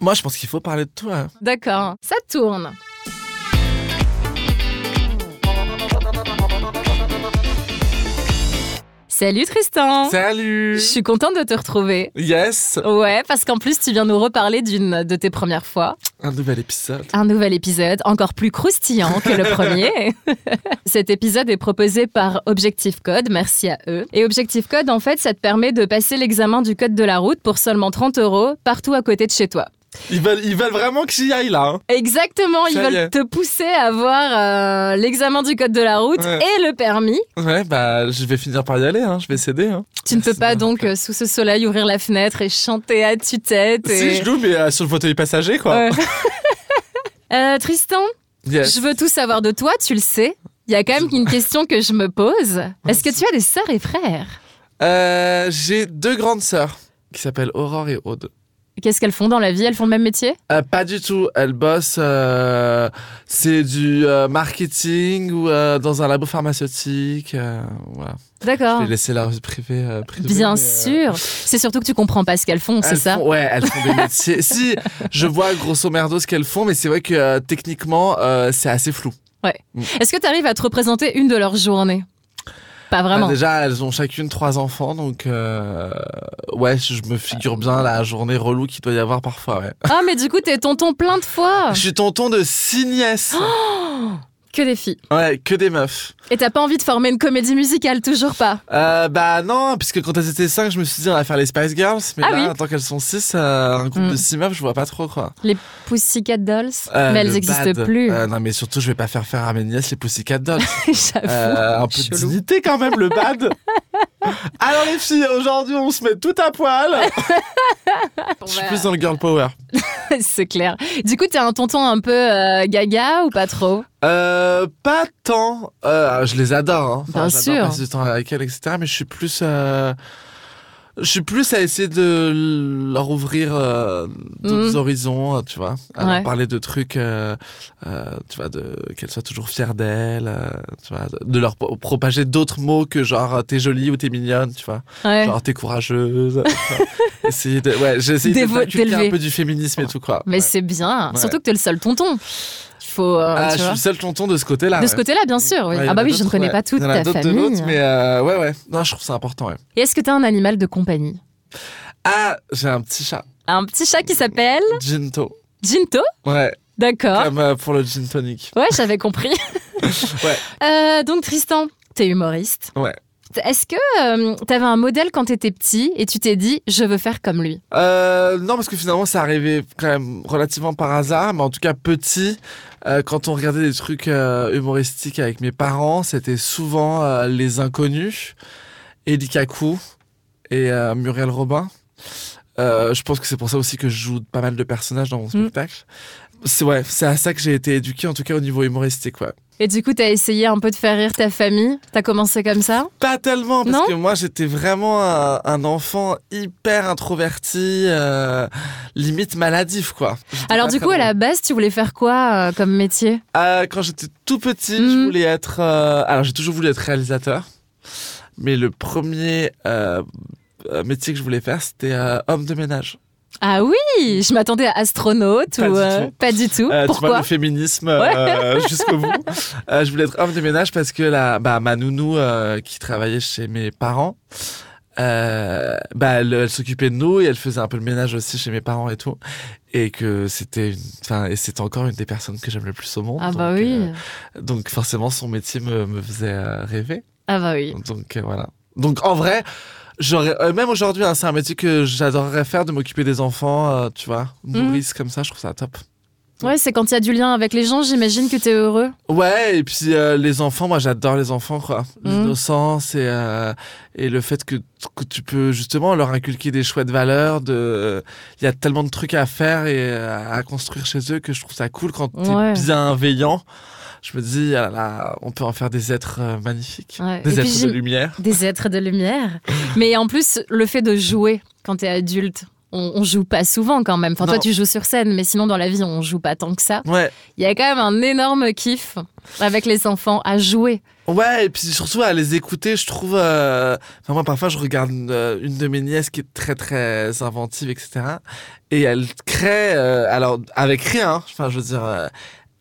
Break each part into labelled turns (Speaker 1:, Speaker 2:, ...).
Speaker 1: moi, je pense qu'il faut parler de toi.
Speaker 2: D'accord, ça tourne. Salut Tristan Hein Je
Speaker 1: Salut
Speaker 2: suis contente de te retrouver.
Speaker 1: Yes
Speaker 2: Ouais, parce qu'en plus, tu viens nous reparler d'une de tes premières fois.
Speaker 1: Un nouvel épisode.
Speaker 2: Un nouvel épisode, encore plus croustillant que le premier. Cet épisode est proposé par Objectif Code, merci à eux. Et Objectif Code, en fait, ça te permet de passer l'examen du code de la route pour seulement 30 euros partout à côté de chez toi.
Speaker 1: Ils veulent, ils veulent vraiment que j'y aille là. hein.
Speaker 2: Exactement, ils
Speaker 1: Ça y
Speaker 2: veulent
Speaker 1: est.
Speaker 2: te pousser à avoir euh, l'examen du code de la route
Speaker 1: Ouais.
Speaker 2: et le permis.
Speaker 1: Ouais, bah, je vais finir par y aller. Hein. Je vais céder. Hein.
Speaker 2: Tu ne peux
Speaker 1: C'est
Speaker 2: pas
Speaker 1: vrai.
Speaker 2: donc, euh, sous ce soleil, ouvrir la fenêtre et chanter à tue-tête.
Speaker 1: Si,
Speaker 2: et-
Speaker 1: je loue, mais euh, sur le fauteuil passager, quoi.
Speaker 2: Ouais. Euh, Tristan,
Speaker 1: Yes.
Speaker 2: je veux tout savoir de toi, tu le sais. Il y a quand même une question que je me pose. Est-ce que tu as des sœurs et frères
Speaker 1: Euh, J'ai deux grandes sœurs qui s'appellent Aurore et Aude.
Speaker 2: Qu'est-ce qu'elles font dans la vie Elles font le même métier
Speaker 1: Euh, pas du tout. Elles bossent. euh, c'est du euh, marketing ou euh, dans un labo pharmaceutique. euh, voilà. Je
Speaker 2: D'accord.
Speaker 1: vais laisser la vie privée. euh, privée,
Speaker 2: Ah. Bien
Speaker 1: mais, euh,
Speaker 2: sûr. C'est surtout que tu comprends pas ce qu'elles font, c'est
Speaker 1: Elles
Speaker 2: ça
Speaker 1: font- Ouais, elles font des métiers. si, je vois grosso merdo ce qu'elles font, mais c'est vrai que euh, techniquement, euh, c'est assez flou.
Speaker 2: Est-ce que tu arrives à te représenter une de leurs journées Pas vraiment.
Speaker 1: Bah, déjà, elles ont chacune trois enfants, donc euh, ouais, je je me figure bien la journée relou qu'il doit y avoir parfois. Ouais.
Speaker 2: Ah, mais du coup, t'es tonton plein de fois.
Speaker 1: Je suis tonton de six nièces.
Speaker 2: Que des filles.
Speaker 1: ouais, que des meufs.
Speaker 2: Et t'as pas envie de former une comédie musicale, toujours pas.
Speaker 1: Euh, bah non, puisque quand elles étaient cinq, je me suis dit on va faire les Spice Girls, mais
Speaker 2: Ah
Speaker 1: là,
Speaker 2: oui.
Speaker 1: tant qu'elles sont six, euh, un groupe
Speaker 2: Mm.
Speaker 1: de six meufs, je vois pas trop quoi.
Speaker 2: Pussycat Dolls
Speaker 1: Euh,
Speaker 2: Mais
Speaker 1: le
Speaker 2: elles existent
Speaker 1: bad.
Speaker 2: plus.
Speaker 1: Euh, non, mais surtout, je vais pas faire faire à mes nièces les Pussycat Dolls.
Speaker 2: J'avoue.
Speaker 1: Euh, un peu de
Speaker 2: chelou.
Speaker 1: dignité quand même, le bad. Alors les filles, aujourd'hui on se met tout à poil. Je suis plus dans le girl power.
Speaker 2: C'est clair. Du coup, t'es un tonton un peu euh, gaga ou pas trop
Speaker 1: Euh, pas tant. Euh, je les adore. Hein.
Speaker 2: Bien
Speaker 1: j'adore
Speaker 2: sûr.
Speaker 1: passer du temps avec elles, etc. Mais je suis plus. euh, Je suis plus à essayer de leur ouvrir euh, d'autres
Speaker 2: Mhm.
Speaker 1: horizons, euh, tu vois, à leur
Speaker 2: Ouais.
Speaker 1: parler de trucs, euh, euh, tu vois, de qu'elles soient toujours fières d'elles, euh, tu vois, de leur pro- propager d'autres mots que genre t'es jolie ou t'es mignonne, tu vois.
Speaker 2: Ouais.
Speaker 1: Genre, t'es courageuse. Enfin, essayer de, ouais, j'ai essayé
Speaker 2: D'évo-
Speaker 1: de t'inculquer
Speaker 2: d'élever.
Speaker 1: un peu du féminisme et tout, quoi.
Speaker 2: Mais
Speaker 1: Ouais.
Speaker 2: c'est bien.
Speaker 1: Ouais.
Speaker 2: Surtout que t'es le seul tonton. Il faut. euh,
Speaker 1: Ah, je
Speaker 2: tu
Speaker 1: suis
Speaker 2: vois.
Speaker 1: le seul tonton de ce côté-là.
Speaker 2: de ce
Speaker 1: ouais.
Speaker 2: côté-là, bien sûr.
Speaker 1: Ouais,
Speaker 2: oui.
Speaker 1: il y en
Speaker 2: ah bah
Speaker 1: a
Speaker 2: oui, je ne
Speaker 1: d'autres,
Speaker 2: connais
Speaker 1: ouais.
Speaker 2: pas toute
Speaker 1: Il y en a
Speaker 2: ta
Speaker 1: d'autres de
Speaker 2: famille.
Speaker 1: l'autre, mais euh, ouais, ouais. Non, je trouve ça important, ouais.
Speaker 2: Et est-ce que t'as un animal de compagnie
Speaker 1: Ah, j'ai un petit chat,
Speaker 2: Un petit chat qui s'appelle
Speaker 1: Ginto.
Speaker 2: Ginto
Speaker 1: Ouais,
Speaker 2: D'accord.
Speaker 1: comme euh, pour le gin tonic.
Speaker 2: Ouais, j'avais compris.
Speaker 1: Ouais.
Speaker 2: Euh, donc Tristan, t'es humoriste.
Speaker 1: Ouais.
Speaker 2: Est-ce que euh, t'avais un modèle quand t'étais petit et tu t'es dit je veux faire comme lui
Speaker 1: Euh, non, parce que finalement, ça arrivait quand même relativement par hasard, mais en tout cas petit. euh, quand on regardait des trucs euh, humoristiques avec mes parents, c'était souvent euh, Les Inconnus, Eddie Kaku et euh, Muriel Robin. Euh, je pense que c'est pour ça aussi que je joue pas mal de personnages dans mon spectacle. C'est ouais, c'est à ça que j'ai été éduqué, en tout cas au niveau humoristique. Ouais.
Speaker 2: Et du coup t'as essayé un peu de faire rire ta famille T'as commencé comme ça
Speaker 1: Pas tellement, parce
Speaker 2: Non
Speaker 1: que moi j'étais vraiment un, un enfant hyper introverti, euh, limite maladif quoi. J'étais
Speaker 2: Alors
Speaker 1: pas
Speaker 2: du
Speaker 1: très
Speaker 2: coup à
Speaker 1: drôle.
Speaker 2: la base tu voulais faire quoi euh, comme métier
Speaker 1: Euh, quand j'étais tout petit,
Speaker 2: Mhm.
Speaker 1: je voulais être. euh, Alors, j'ai toujours voulu être réalisateur. Mais le premier euh, euh, métier que je voulais faire, c'était euh, homme de ménage.
Speaker 2: Ah oui, je m'attendais à astronaute
Speaker 1: Pas
Speaker 2: ou
Speaker 1: du
Speaker 2: euh,
Speaker 1: tout.
Speaker 2: pas du tout.
Speaker 1: Euh, tu vois,
Speaker 2: Pourquoi
Speaker 1: le féminisme euh, jusqu'au bout. Euh, je voulais être homme de ménage parce que la, bah, ma nounou euh, qui travaillait chez mes parents, euh, bah, elle, elle s'occupait de nous et elle faisait un peu le ménage aussi chez mes parents et tout. Et que c'était, une- enfin, et c'est encore une des personnes que j'aime le plus au monde.
Speaker 2: Ah bah
Speaker 1: donc,
Speaker 2: oui.
Speaker 1: euh, donc forcément, son métier me, me faisait euh, rêver.
Speaker 2: Ah bah oui.
Speaker 1: Donc euh, voilà. Donc en vrai, j'aurais euh, même aujourd'hui, hein, c'est un métier que j'adorerais faire, de m'occuper des enfants, euh, tu vois,
Speaker 2: Mhm.
Speaker 1: nourrice comme ça, je trouve ça top.
Speaker 2: Ouais, c'est quand il y a du lien avec les gens, j'imagine que t'es heureux.
Speaker 1: Ouais, et puis euh, les enfants, moi j'adore les enfants, quoi.
Speaker 2: Mhm.
Speaker 1: L'innocence et, euh, et le fait que, que tu peux justement leur inculquer des chouettes valeurs. De, il y a tellement de trucs à faire et euh, à, à construire chez eux que je trouve ça cool quand t'es
Speaker 2: Ouais.
Speaker 1: bienveillant. Je me dis, ah là là, on peut en faire des êtres euh, magnifiques,
Speaker 2: Ouais.
Speaker 1: des
Speaker 2: Et puis
Speaker 1: êtres de
Speaker 2: j'im-
Speaker 1: lumière.
Speaker 2: Des êtres de lumière. Mais en plus, le fait de jouer quand t'es adulte, on, on joue pas souvent quand même. Enfin, toi,
Speaker 1: Non.
Speaker 2: tu joues sur scène, mais sinon, dans la vie, on joue pas tant que ça.
Speaker 1: Ouais.
Speaker 2: Il y a quand même un énorme kiff avec les enfants à jouer.
Speaker 1: Ouais, et puis surtout à les écouter, je trouve. euh, Enfin, moi, parfois, je regarde euh, une de mes nièces qui est très, très inventive, etc. Et elle crée, euh, alors, avec rien, hein. enfin, je veux dire. euh,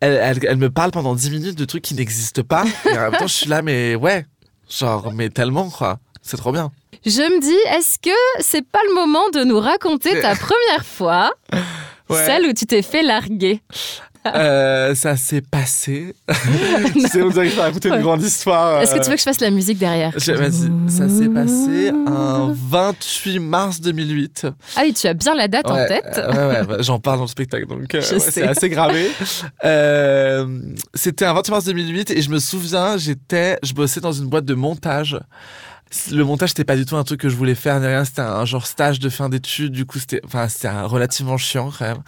Speaker 1: elle, elle, elle me parle pendant 10 minutes de trucs qui n'existent pas. Et en même temps, je suis là, mais ouais. Genre, mais tellement, quoi. C'est trop bien.
Speaker 2: Je me dis, est-ce que c'est pas le moment de nous raconter ta première fois, celle où tu t'es fait larguer
Speaker 1: Euh, ça s'est passé. tu sais, on dirait que je vais raconter une
Speaker 2: Ouais.
Speaker 1: grande histoire.
Speaker 2: Est-ce que tu
Speaker 1: euh,
Speaker 2: veux que je fasse la musique derrière
Speaker 1: je- Vas-y, ça s'est passé un 28 mars 2008.
Speaker 2: Ah oui, tu as bien la date en
Speaker 1: Ouais,
Speaker 2: tête.
Speaker 1: euh, ouais, ouais, bah, j'en parle dans le spectacle, donc euh,
Speaker 2: Je
Speaker 1: ouais,
Speaker 2: sais.
Speaker 1: c'est assez gravé. Euh, C'était un 28 mars 2008 et je me souviens, j'étais, je bossais dans une boîte de montage. Le montage, c'était pas du tout un truc que je voulais faire ni rien. C'était un genre stage de fin d'études. Du coup, c'était, enfin, c'était un- relativement chiant quand même.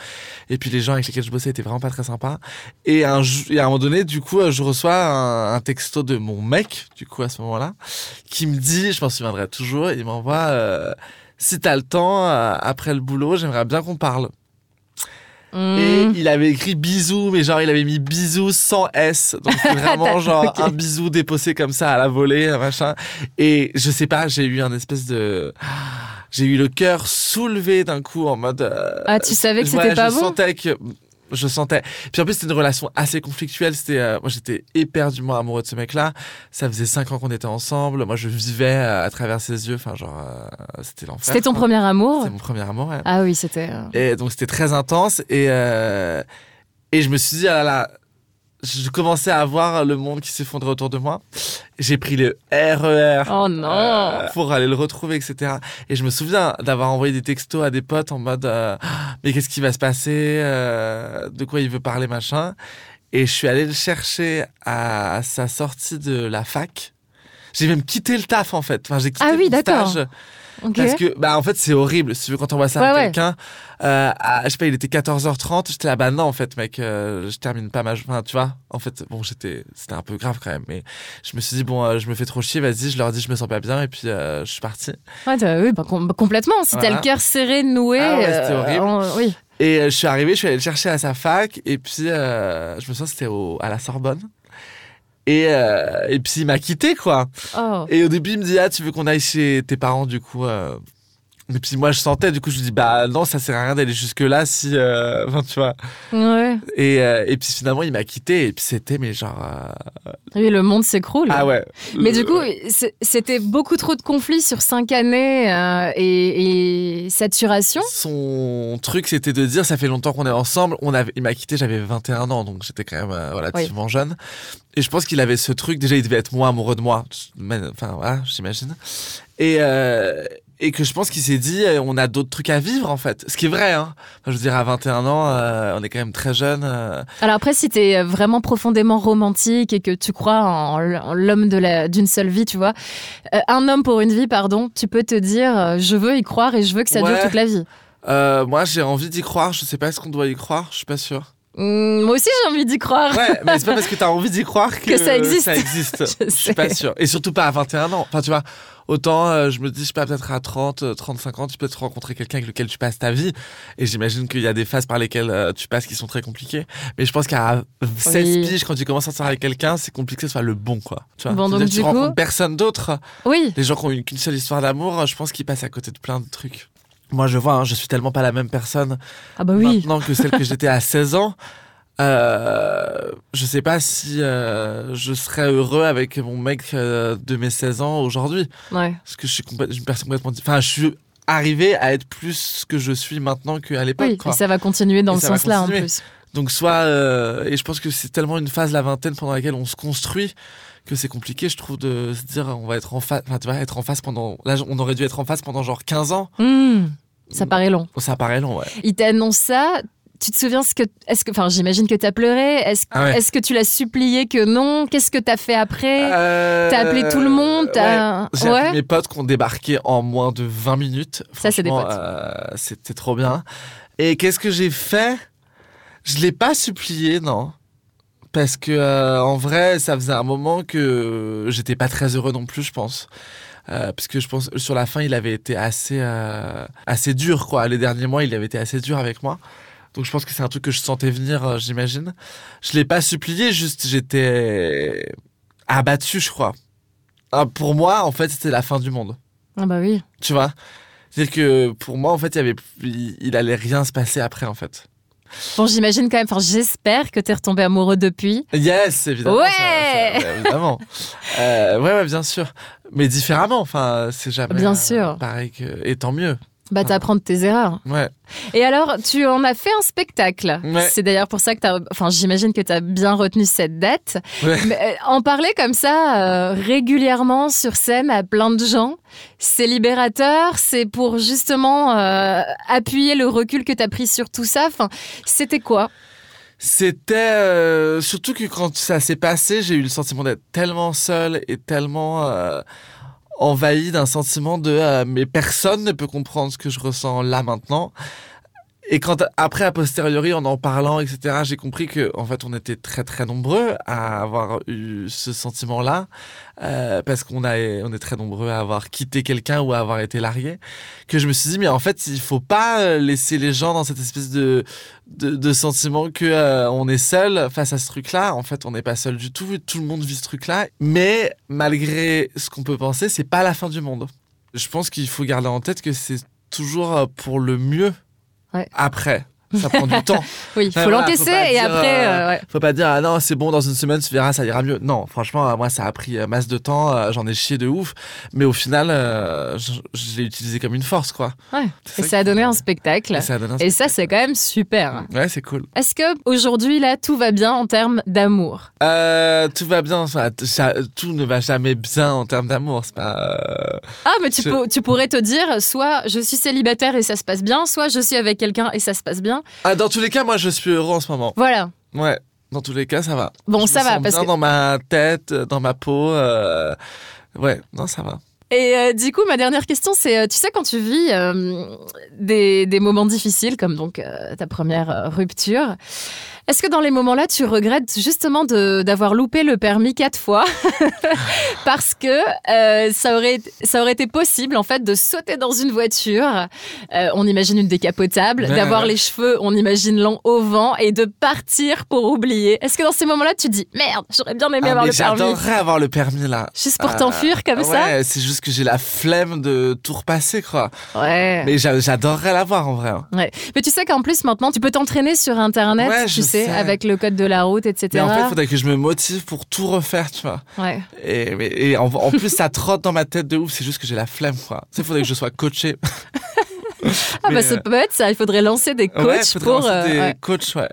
Speaker 1: Et puis les gens avec lesquels je bossais étaient vraiment pas très sympas. Et, un, jou- et à un moment donné, du coup, euh, je reçois un, un texto de mon mec, du coup, à ce moment-là, qui me dit, je m'en souviendrai toujours, il m'envoie euh, Si t'as le temps, euh, après le boulot, j'aimerais bien qu'on parle. Et
Speaker 2: Mmh.
Speaker 1: il avait écrit bisous, mais genre il avait mis bisous sans S. Donc c'est vraiment
Speaker 2: T'as-
Speaker 1: genre
Speaker 2: ok.
Speaker 1: un bisou déposé comme ça à la volée, un machin. Et je sais pas, j'ai eu un espèce de. J'ai eu le cœur soulevé d'un coup en mode. euh,
Speaker 2: Ah, tu savais que c'était
Speaker 1: ouais,
Speaker 2: pas
Speaker 1: je
Speaker 2: bon
Speaker 1: sentais que je sentais. Puis en plus c'était une relation assez conflictuelle. C'était euh, moi j'étais éperdument amoureux de ce mec-là. Ça faisait cinq ans qu'on était ensemble. Moi je vivais euh, à travers ses yeux. Enfin genre euh, c'était l'enfer.
Speaker 2: C'était ton
Speaker 1: quoi.
Speaker 2: premier amour
Speaker 1: C'était mon premier amour. ouais.
Speaker 2: Ah oui, c'était. euh,
Speaker 1: Et donc c'était très intense et euh, et je me suis dit ah là là, je commençais à voir le monde qui s'effondrait autour de moi. J'ai pris le RER
Speaker 2: Oh non
Speaker 1: euh, pour aller le retrouver, etc. Et je me souviens d'avoir envoyé des textos à des potes en mode euh, Ah, mais qu'est-ce qui va se passer, Euh, de quoi il veut parler, machin. Et je suis allé le chercher à sa sortie de la fac. J'ai même quitté le taf en fait. Enfin, j'ai quitté
Speaker 2: Ah oui,
Speaker 1: mon
Speaker 2: d'accord.
Speaker 1: stage.
Speaker 2: ok.
Speaker 1: Parce que, bah, en fait, c'est horrible. Si tu veux, quand on voit ça à
Speaker 2: Ouais, ouais.
Speaker 1: quelqu'un, euh, à- je sais pas, il était 14h30, j'étais là, bah non, en fait, mec, euh, je termine pas ma journée. Enfin, tu vois, en fait, bon, j'étais, c'était un peu grave quand même, mais je me suis dit, bon, euh, je me fais trop chier, vas-y, je leur dis, je me sens pas bien, et puis euh, je suis parti.
Speaker 2: Ouais, t'as- oui, bah, com- complètement. Si t'as
Speaker 1: Voilà.
Speaker 2: le cœur serré, noué.
Speaker 1: Ah ouais, c'était horrible.
Speaker 2: en- oui.
Speaker 1: Et euh, je suis arrivé, je suis allé le chercher à sa fac, et puis euh, je me sens c'était au- à la Sorbonne. Et, euh, et puis il m'a quitté, quoi.
Speaker 2: Oh.
Speaker 1: Et au début, il me dit, ah, tu veux qu'on aille chez tes parents, du coup. euh. Et puis moi, je sentais, du coup, je lui dis, bah non, ça sert à rien d'aller jusque-là si. euh, Enfin, tu vois.
Speaker 2: Ouais.
Speaker 1: Et, euh, et puis finalement, il m'a quitté. Et puis c'était, mais genre. euh,
Speaker 2: Oui, le monde s'écroule.
Speaker 1: Ah ouais.
Speaker 2: Mais
Speaker 1: Le-
Speaker 2: du coup, c'est- c'était beaucoup trop de conflits sur cinq années euh, et, et saturation.
Speaker 1: Son truc, c'était de dire ça fait longtemps qu'on est ensemble. On avait, il m'a quitté, j'avais 21 ans, donc j'étais quand même euh, relativement jeune. Et je pense qu'il avait ce truc. Déjà, il devait être moins amoureux de moi. Mais, Enfin, voilà, j'imagine. Et. euh, et que je pense qu'il s'est dit, euh, on a d'autres trucs à vivre en fait. Ce qui est vrai, hein. Enfin, je veux dire, à 21 ans, euh, on est quand même très jeune. euh,
Speaker 2: Alors après, si t'es vraiment profondément romantique et que tu crois en, l- en l'homme de la- d'une seule vie, tu vois, euh, un homme pour une vie, pardon, tu peux te dire, euh, je veux y croire et je veux que ça dure
Speaker 1: Ouais.
Speaker 2: toute la vie.
Speaker 1: euh, moi, j'ai envie d'y croire. Je sais pas ce qu'on doit y croire. Je suis pas sûr.
Speaker 2: Hum, moi aussi, j'ai envie d'y croire.
Speaker 1: Ouais, mais c'est pas parce que t'as envie d'y croire que,
Speaker 2: Que ça existe.
Speaker 1: existe.
Speaker 2: Je
Speaker 1: je suis pas sûr. Et surtout pas à 21 ans. Enfin, tu vois, autant euh, je me dis, je sais pas, peut-être à 30, euh, 35 ans, tu peux te rencontrer quelqu'un avec lequel tu passes ta vie. Et j'imagine qu'il y a des phases par lesquelles euh, tu passes qui sont très compliquées. Mais je pense qu'à 16
Speaker 2: Oui.
Speaker 1: piges, quand tu commences à sortir avec quelqu'un, c'est compliqué que ce soit le bon, quoi. Tu vois,
Speaker 2: Bon, donc,
Speaker 1: C'est-à-dire que
Speaker 2: du
Speaker 1: tu rencontres
Speaker 2: coup-
Speaker 1: personne d'autre.
Speaker 2: Oui.
Speaker 1: Les gens qui ont une- qu'une seule histoire d'amour, euh, je pense qu'ils passent à côté de plein de trucs. Moi, je vois, hein, je suis tellement pas la même personne
Speaker 2: Ah bah oui.
Speaker 1: maintenant que celle que j'étais à 16 ans. Euh, je sais pas si euh, je serais heureux avec mon mec euh, de mes 16 ans aujourd'hui.
Speaker 2: Ouais.
Speaker 1: Parce que je suis complè- une personne complètement différente. Enfin, je suis arrivé à être plus ce que je suis maintenant qu'à l'époque.
Speaker 2: Oui,
Speaker 1: quoi.
Speaker 2: et ça va continuer dans
Speaker 1: Et
Speaker 2: le
Speaker 1: ça va
Speaker 2: sens-là en
Speaker 1: continuer.
Speaker 2: plus.
Speaker 1: Donc, soit. euh, et je pense que c'est tellement une phase, la vingtaine, pendant laquelle on se construit, que c'est compliqué, je trouve, de se dire on va être en face. Enfin, tu vois, être en face pendant. Là, on aurait dû être en face pendant genre 15 ans.
Speaker 2: Hum,
Speaker 1: Hmm.
Speaker 2: ça paraît long.
Speaker 1: Ça paraît long, ouais.
Speaker 2: Il t'annonce ça. Tu te souviens ce que. Est-ce que. Enfin, j'imagine que t'as pleuré. Est-ce
Speaker 1: Ah ouais.
Speaker 2: est-ce que tu l'as supplié que non Qu'est-ce que t'as fait après Eh, T'as appelé tout le
Speaker 1: Euh,
Speaker 2: monde
Speaker 1: ouais.
Speaker 2: t'as-
Speaker 1: J'ai
Speaker 2: Ouais.
Speaker 1: appelé mes potes qui ont débarqué en moins de 20 minutes.
Speaker 2: Ça, c'est des
Speaker 1: Franchement,
Speaker 2: potes.
Speaker 1: euh, C'était trop bien. Et qu'est-ce que j'ai fait Je l'ai pas supplié, non. Parce que, euh, en vrai, ça faisait un moment que j'étais pas très heureux non plus, je pense. euh, parce que je pense sur la fin il avait été assez euh, assez dur quoi. Les derniers mois il avait été assez dur avec moi. Donc je pense que c'est un truc que je sentais venir, euh, j'imagine. Je l'ai pas supplié, juste j'étais abattu, je crois. Ah, pour moi, en fait, c'était la fin du monde.
Speaker 2: Ah bah oui.
Speaker 1: Tu vois C'est-à-dire que pour moi, en fait, il, y avait, il, il allait rien se passer après, en fait.
Speaker 2: Bon, j'imagine quand même, enfin j'espère que t'es retombé amoureux depuis.
Speaker 1: Yes, évidemment.
Speaker 2: Ouais
Speaker 1: ça- ça- Évidemment. Euh, ouais, ouais, bien sûr. Mais différemment, enfin, c'est jamais euh,
Speaker 2: Bien sûr.
Speaker 1: pareil que... Et tant mieux.
Speaker 2: Bah t'apprends de tes erreurs.
Speaker 1: Ouais.
Speaker 2: Et alors, tu en as fait un spectacle.
Speaker 1: Ouais.
Speaker 2: C'est d'ailleurs pour ça que t'as, enfin j'imagine que t'as bien retenu cette date.
Speaker 1: Ouais.
Speaker 2: Mais, euh, en parler comme ça euh, régulièrement sur scène à plein de gens, c'est libérateur, c'est pour justement euh, appuyer le recul que t'as pris sur tout ça. Enfin, c'était quoi
Speaker 1: C'était euh, surtout que quand ça s'est passé, j'ai eu le sentiment d'être tellement seul et tellement euh, envahi d'un sentiment de euh, mais personne ne peut comprendre ce que je ressens là maintenant. Et quand après a posteriori en en parlant etc, j'ai compris que en fait on était très très nombreux à avoir eu ce sentiment-là euh, parce qu'on a on est très nombreux à avoir quitté quelqu'un ou à avoir été largué que je me suis dit mais en fait il faut pas euh, laisser les gens dans cette espèce de de, de sentiment que euh, on est seul face à ce truc-là. En fait, on n'est pas seul du tout. Tout le monde vit ce truc-là. Mais malgré ce qu'on peut penser, c'est pas la fin du monde. Je pense qu'il faut garder en tête que c'est toujours euh, pour le mieux.
Speaker 2: Ouais.
Speaker 1: après. Ça prend du temps.
Speaker 2: Oui, il faut
Speaker 1: Ouais, voilà,
Speaker 2: l'encaisser
Speaker 1: faut pas
Speaker 2: et
Speaker 1: dire,
Speaker 2: après.
Speaker 1: euh,
Speaker 2: euh, ouais.
Speaker 1: Faut pas dire ah non c'est bon dans une semaine tu verras ça ira mieux. Non franchement euh, moi ça a pris euh, masse de temps. euh, J'en ai chié de ouf. Mais au final euh, je, je l'ai utilisé comme une force quoi.
Speaker 2: Ouais.
Speaker 1: C'est
Speaker 2: Et ça a
Speaker 1: qui-
Speaker 2: donné un spectacle.
Speaker 1: Et ça a donné un
Speaker 2: Et ça, c'est quand même super.
Speaker 1: spectacle. Ouais c'est cool.
Speaker 2: Est-ce que aujourd'hui là tout va bien en termes d'amour
Speaker 1: Euh, tout va bien, enfin, t- ça- tout ne va jamais bien en termes d'amour, c'est pas... euh,
Speaker 2: Ah mais tu,
Speaker 1: Je-
Speaker 2: peux- tu pourrais te dire soit je suis célibataire et ça se passe bien, soit je suis avec quelqu'un et ça se passe bien.
Speaker 1: Ah, dans tous les cas, moi, je suis heureux en ce moment.
Speaker 2: Voilà.
Speaker 1: Ouais, dans tous les cas, ça va.
Speaker 2: Bon
Speaker 1: Je
Speaker 2: ça
Speaker 1: me
Speaker 2: va
Speaker 1: sens
Speaker 2: parce
Speaker 1: bien
Speaker 2: que
Speaker 1: dans ma tête, dans ma peau, euh, ouais, non, ça va.
Speaker 2: et euh, du coup ma dernière question c'est euh, tu sais quand tu vis euh, des, des moments difficiles comme donc euh, ta première euh, rupture est-ce que dans les moments là tu regrettes justement de- d'avoir loupé le permis quatre fois parce que euh, ça aurait ça aurait été possible en fait de sauter dans une voiture. Euh, on imagine une décapotable,
Speaker 1: Ouais,
Speaker 2: d'avoir
Speaker 1: ouais.
Speaker 2: les cheveux, on imagine longs au vent et de partir pour oublier. Est-ce que dans ces moments-là tu dis merde, j'aurais bien aimé
Speaker 1: Ah,
Speaker 2: avoir
Speaker 1: mais
Speaker 2: le permis
Speaker 1: J'adorerais avoir le permis, là.
Speaker 2: juste pour
Speaker 1: Ah,
Speaker 2: t'enfuir comme
Speaker 1: ouais, c'est juste que j'ai la flemme de tout repasser, quoi.
Speaker 2: ça Ouais. Mais...
Speaker 1: Mais j'a- j'adorerais l'avoir, en vrai. hein.
Speaker 2: tu sais qu'en plus maintenant tu peux t'entraîner sur internet,
Speaker 1: Ouais,
Speaker 2: tu
Speaker 1: je
Speaker 2: sais,
Speaker 1: sais.
Speaker 2: avec le code de la route, etc.
Speaker 1: Mais en fait, faudrait que je me motive pour tout refaire, tu vois.
Speaker 2: Ouais.
Speaker 1: Et, mais- et en, en plus, ça trotte dans ma tête de ouf. C'est juste que j'ai la flemme, quoi. Il faudrait que je sois coaché.
Speaker 2: Ah bah
Speaker 1: Mais,
Speaker 2: ça
Speaker 1: euh,
Speaker 2: peut être ça. Il faudrait lancer des coachs
Speaker 1: ouais, faudrait
Speaker 2: pour.
Speaker 1: lancer
Speaker 2: euh,
Speaker 1: des
Speaker 2: ouais.
Speaker 1: coachs, ouais.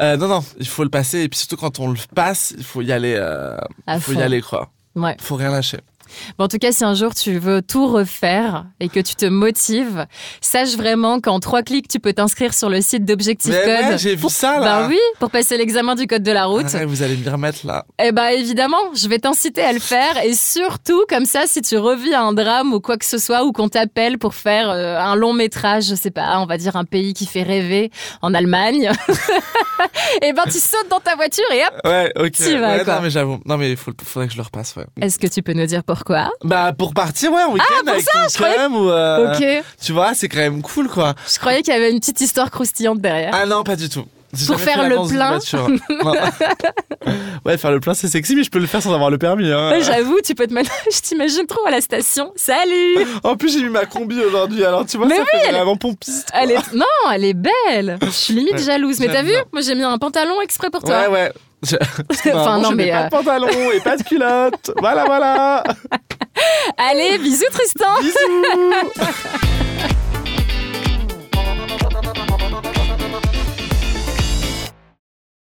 Speaker 1: Euh, non, non, il faut le passer. Et puis surtout, quand on le passe, il faut y aller. euh,
Speaker 2: À
Speaker 1: il faut
Speaker 2: fond.
Speaker 1: y aller, quoi.
Speaker 2: Ouais.
Speaker 1: Il faut rien lâcher.
Speaker 2: Bon, en tout cas, si un jour tu veux tout refaire et que tu te motives, sache vraiment qu'en trois clics, tu peux t'inscrire sur le site d'Objectif
Speaker 1: Mais
Speaker 2: Code.
Speaker 1: ouais, j'ai vu
Speaker 2: pour-
Speaker 1: ça, là.
Speaker 2: Ben oui, pour passer l'examen du code de la route.
Speaker 1: Ah ouais, vous allez me remettre, là.
Speaker 2: Eh ben évidemment, je vais t'inciter à le faire et surtout comme ça, si tu revis un drame ou quoi que ce soit ou qu'on t'appelle pour faire euh, un long métrage, je sais pas, on va dire un pays qui fait rêver, en Allemagne, eh ben tu sautes dans ta voiture et hop.
Speaker 1: Ouais, ok.
Speaker 2: Tu vas,
Speaker 1: Ouais,
Speaker 2: quoi.
Speaker 1: Non, mais j'avoue. Non, mais il faut, faudrait que je le repasse, ouais.
Speaker 2: Est-ce que tu peux nous dire pourquoi
Speaker 1: Bah, pour partir,
Speaker 2: Ah,
Speaker 1: ouais, en week-end avec ton
Speaker 2: croyais-
Speaker 1: chum ou, euh,
Speaker 2: Ok, je
Speaker 1: Tu vois, c'est quand même cool, quoi.
Speaker 2: croyais qu'il y avait une petite histoire croustillante derrière.
Speaker 1: Ah non, pas du tout. J'ai
Speaker 2: Pour
Speaker 1: jamais
Speaker 2: faire
Speaker 1: fait la
Speaker 2: le
Speaker 1: danse d'une
Speaker 2: plein.
Speaker 1: voiture. Non. ouais, faire le plein, c'est sexy, mais je peux le faire sans avoir le permis. hein.
Speaker 2: Ouais, J'avoue, tu peux te mettre. Je t'imagine trop à la station. Salut
Speaker 1: En plus, j'ai mis ma combi aujourd'hui, alors tu vois,
Speaker 2: Mais
Speaker 1: ça fait
Speaker 2: elle-
Speaker 1: vraiment pompiste.
Speaker 2: elle est... Non, elle est belle Je suis limite
Speaker 1: Ouais,
Speaker 2: jalouse. Mais t'as
Speaker 1: j'aime
Speaker 2: vu
Speaker 1: bien.
Speaker 2: Moi, j'ai mis un pantalon exprès pour
Speaker 1: Euh, Ouais,
Speaker 2: toi.
Speaker 1: ouais. Je-
Speaker 2: enfin,
Speaker 1: Maman,
Speaker 2: non,
Speaker 1: je
Speaker 2: mais.
Speaker 1: mets pas
Speaker 2: euh,
Speaker 1: de pantalon et pas de culotte. voilà, voilà.
Speaker 2: Allez, bisous, Tristan
Speaker 1: Bisous.